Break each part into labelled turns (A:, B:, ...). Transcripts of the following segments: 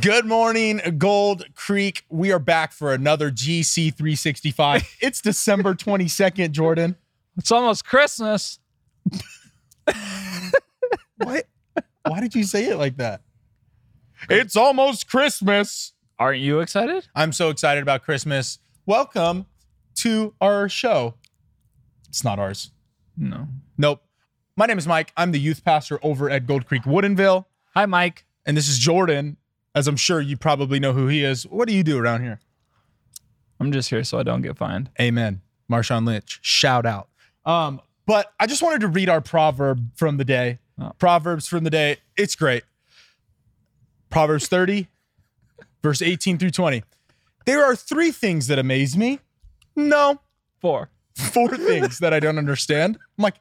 A: Good morning, Gold Creek. We are back for another GC 365. It's December 22nd, Jordan.
B: It's almost Christmas.
A: What? Why did you say it like that? It's almost Christmas.
B: Aren't you excited?
A: I'm so excited about Christmas. Welcome to our show. It's not ours.
B: No.
A: Nope. My name is Mike. I'm the youth pastor over at Gold Creek Woodinville.
B: Hi, Mike.
A: And this is Jordan, as I'm sure you probably know who he is. What do you do around here?
B: I'm just here so I don't get fined.
A: Amen. Marshawn Lynch, shout out. Um, but I just wanted to read our proverb from the day.
B: Oh.
A: Proverbs from the day. It's great. Proverbs 30, verse 18 through 20. There are three things that amaze me. No,
B: Four.
A: four things that I don't understand. I'm like,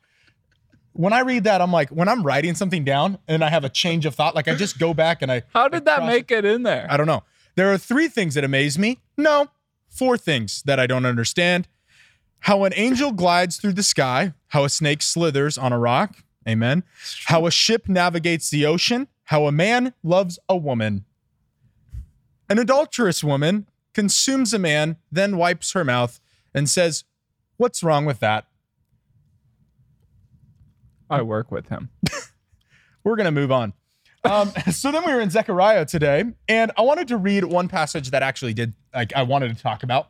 A: when I read that, I'm like, when I'm writing something down and I have a change of thought, like I just go back and I
B: How did that
A: Across-
B: make it in there?
A: I don't know. There are three things that amaze me. No, four things that I don't understand. How an angel glides through the sky, how a snake slithers on a rock. Amen. How a ship navigates the ocean, how a man loves a woman. An adulterous woman consumes a man, then wipes her mouth and says, What's wrong with that?
B: I work with him.
A: we're gonna move on. Um, so then we were in Zechariah today, and I wanted to read one passage that actually did like I wanted to talk about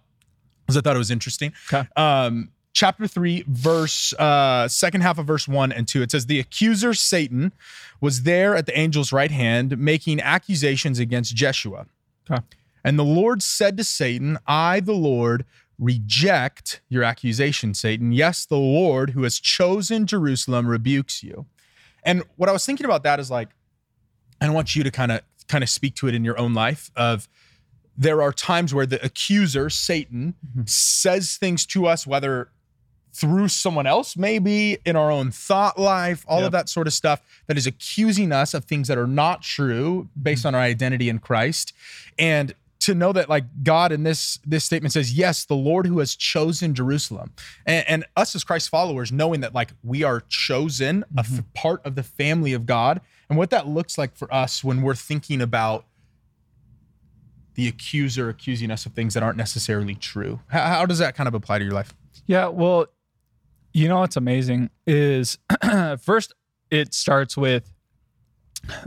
A: because I thought it was interesting.
B: Okay.
A: Um, chapter three, verse uh, second half of verse one and two. It says, "The accuser Satan was there at the angel's right hand, making accusations against Jeshua."
B: Okay.
A: And the Lord said to Satan, I, the Lord, reject your accusation, Satan. Yes, the Lord who has chosen Jerusalem rebukes you. And what I was thinking about that is like, I want you to kind of kind of speak to it in your own life of there are times where the accuser, Satan, says things to us, whether through someone else, maybe in our own thought life, all of
B: Yep.
A: that sort of stuff that is accusing us of things that are not true based on our identity in Christ. And to know that like God in this this statement says, yes, the Lord who has chosen Jerusalem. And, and us as Christ followers, knowing that like we are chosen, a f- part of the family of God, and what that looks like for us when we're thinking about the accuser accusing us of things that aren't necessarily true. How, how does that kind of apply to your life?
B: Yeah, well, you know what's amazing is first it starts with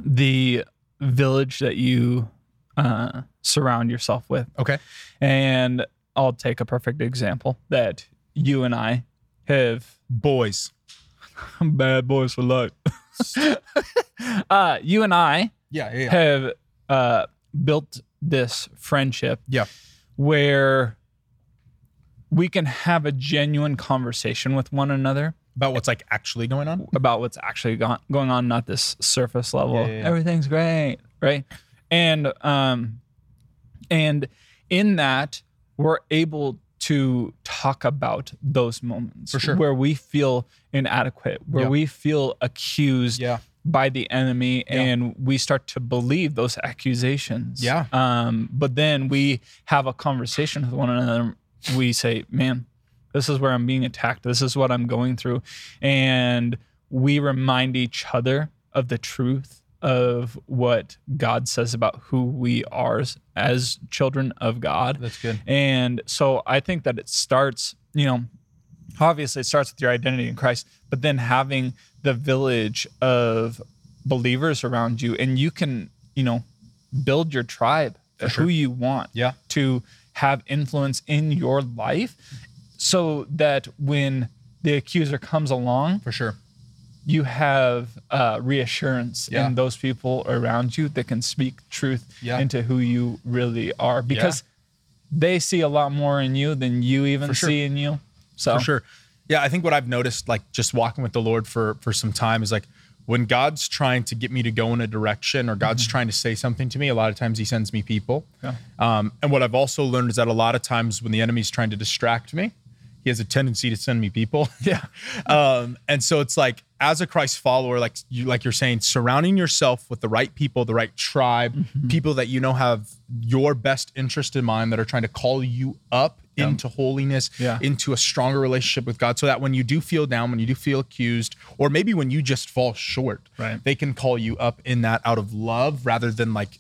B: the village that you uh, surround yourself with.
A: Okay.
B: And I'll take a perfect example that you and I have
A: Boys.
B: bad boys for life. uh, you and I
A: Yeah, yeah, yeah.
B: have uh, built this friendship
A: Yeah.
B: where we can have a genuine conversation with one another
A: About what's like actually going on.
B: about what's actually go- going on, not this surface level.
A: Uh-huh. Yeah, yeah, yeah.
B: Everything's great, right? And um, and in that we're able to talk about those moments
A: For sure.
B: where we feel inadequate, where
A: Yeah.
B: we feel accused
A: Yeah.
B: by the enemy
A: Yeah.
B: and we start to believe those accusations.
A: Yeah.
B: Um, but then we have a conversation with one another. We say, man, this is where I'm being attacked. This is what I'm going through. And we remind each other of the truth of what God says about who we are as- as children of God.
A: That's good.
B: And so I think that it starts, you know, obviously it starts with your identity in Christ, but then having the village of believers around you and you can, you know, build your tribe who you want
A: Yeah.
B: to have influence in your life so that when the accuser comes along,
A: For sure.
B: you have uh, reassurance
A: Yeah.
B: in those people around you that can speak truth
A: Yeah.
B: into who you really are because they see a lot more in you than you even
A: For sure.
B: see in you. So,
A: For sure. Yeah, I think what I've noticed, like just walking with the Lord for for some time, is like when God's trying to get me to go in a direction or God's trying to say something to me. A lot of times He sends me people.
B: Mm-hmm. Yeah.
A: Um, and what I've also learned is that a lot of times when the enemy's trying to distract me, he has a tendency to send me people.
B: yeah,
A: um, and so it's like as a Christ follower, like you like you're saying, surrounding yourself with the right people, the right tribe,
B: Mm-hmm.
A: people that you know have your best interest in mind that are trying to call you up into holiness,
B: Yeah.
A: into a stronger relationship with God, so that when you do feel down, when you do feel accused, or maybe when you just fall short,
B: Right.
A: they can call you up in that out of love rather than like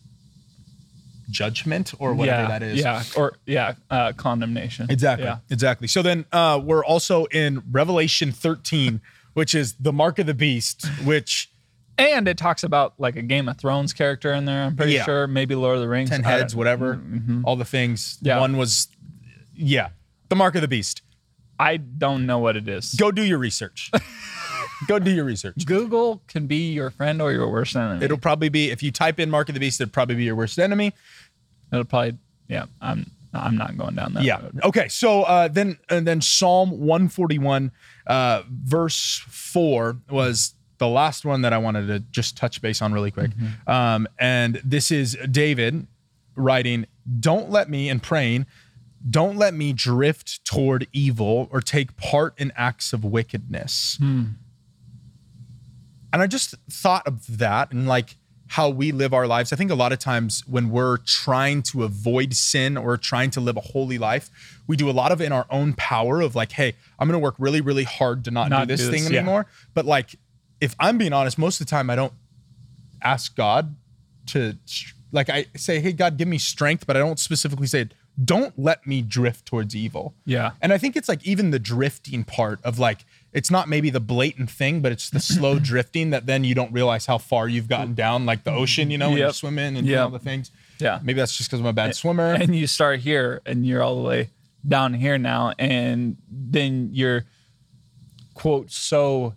A: judgment or whatever
B: yeah,
A: that is.
B: Yeah, or yeah, uh, condemnation.
A: Exactly.
B: Yeah.
A: Exactly. So then uh, we're also in Revelation 13, which is the mark of the beast, which
B: And it talks about like a Game of Thrones character in there. I'm pretty
A: Yeah.
B: sure. Maybe Lord of the Rings.
A: ten
B: I don't-
A: heads, whatever, all the things.
B: Mm-hmm. Yeah.
A: One was, yeah, the mark of the beast.
B: I don't know what it is.
A: Go do your research. Go do your research.
B: Google can be your friend or your worst enemy. It'll,
A: It'll probably be if you type in mark of the beast, it'll probably be your worst enemy.
B: probably. Yeah, I'm. I'm not going down that.
A: Yeah.
B: road.
A: Okay. So uh, then, and then Psalm 141, uh, verse four was the last one that I wanted to just touch base on really quick. Um, and this is David writing, Don't let me, and praying, don't let me drift toward evil or take part in acts of wickedness. And I just thought of that and like how we live our lives. I think a lot of times when we're trying to avoid sin or trying to live a holy life, we do a lot of it in our own power of like, hey, I'm going to work really, really hard to not,
B: Not
A: do this
B: do
A: thing
B: this, yeah.
A: anymore. But like, if I'm being honest, most of the time I don't ask God to, like, I say, hey, God, give me strength, but I don't specifically say, don't let me drift towards evil.
B: Yeah.
A: And I think it's like even the drifting part of like, it's not maybe the blatant thing, but it's the slow drifting that then you don't realize how far you've gotten down, like the ocean, you know, when you're
B: Yep.
A: swimming and doing
B: Yep.
A: all the things.
B: Yeah.
A: Maybe that's just because I'm a bad swimmer.
B: and you start here and you're all the way down here now and then you're quote so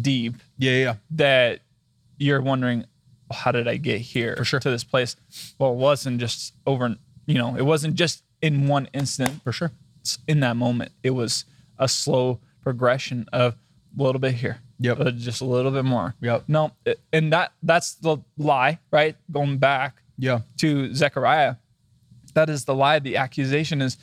B: deep
A: yeah, yeah, yeah.
B: that you're wondering how did i get here
A: sure.
B: to this place well it wasn't just over you know it wasn't just in one instant
A: for sure.
B: s- in that moment it was a slow progression of a little bit here
A: Yep.
B: uh, just a little bit more
A: Yep.
B: no it- and that that's the lie right going back
A: Yeah.
B: to Zechariah, that is the lie. The accusation is,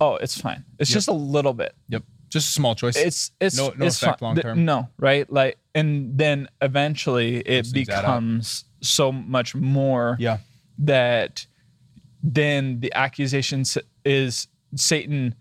B: oh, it's fine. It's
A: Yep.
B: just a little bit.
A: Yep. Just a small choice.
B: It's it's
A: No- no
B: it's
A: effect
B: fine.
A: long
B: Th-
A: term.
B: No, right? Like, and then eventually it
A: things add up.
B: becomes so much more
A: yeah.
B: that then the accusation s- is Satan.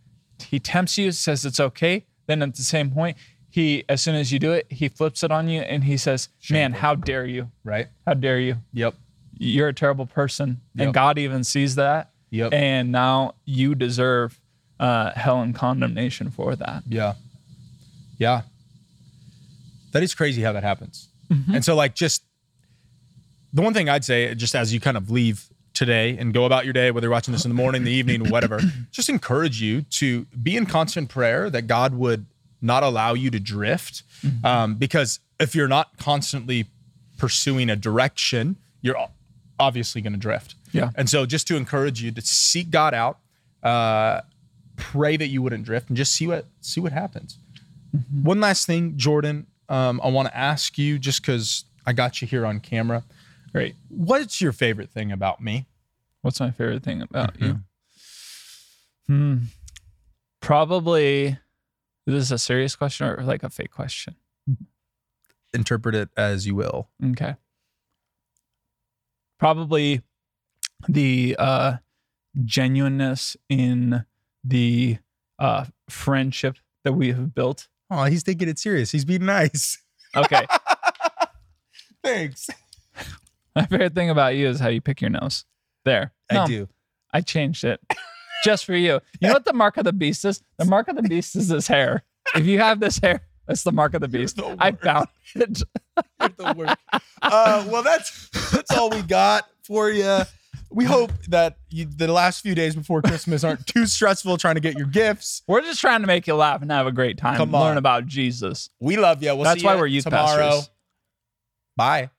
B: He tempts you, says it's okay. Then at the same point, he as soon as you do it, he flips it on you and he says, "Man, how dare you?
A: Right.
B: How dare you?
A: Yep.
B: you're a terrible person
A: Yep.
B: and god even sees that
A: Yep.
B: and now you deserve uh, hell and condemnation for that
A: Yeah. Yeah. That is crazy how that happens. And so, like, just the one thing I'd say, just as you kind of leave today and go about your day, whether you're watching this in the morning, the evening, whatever, just encourage you to be in constant prayer that God would not allow you to drift. Um, because if you're not constantly pursuing a direction, you're o- obviously going to drift.
B: Yeah.
A: And so, just to encourage you to seek God out. Uh, pray that you wouldn't drift and just see what see what happens.
B: Mm-hmm.
A: One last thing, Jordan, um, I want to ask you just because I got you here on camera.
B: great
A: What's your favorite thing about me?
B: what's my favorite thing about you
A: Mm-hmm.
B: hmm probably is this a serious question or like a fake question
A: Interpret it as you will.
B: okay probably the uh genuineness in the uh friendship that we have built
A: Oh, he's taking it serious. He's being nice.
B: okay
A: Thanks.
B: My favorite thing about you is how you pick your nose. There. No,
A: I do.
B: I changed it just for you. You know what the mark of the beast is? The mark of the beast is this hair. If you have this hair, that's the mark of the beast.
A: the
B: I found it.
A: You're the worst. Uh, well, that's that's all we got for you. We hope that you, the last few days before Christmas aren't too stressful trying to get your gifts.
B: We're just trying to make you laugh and have a great time.
A: Come
B: and Learn
A: on.
B: about Jesus.
A: We love you. We'll
B: that's
A: see
B: why
A: ya
B: we're youth
A: tomorrow.
B: pastors.
A: Bye.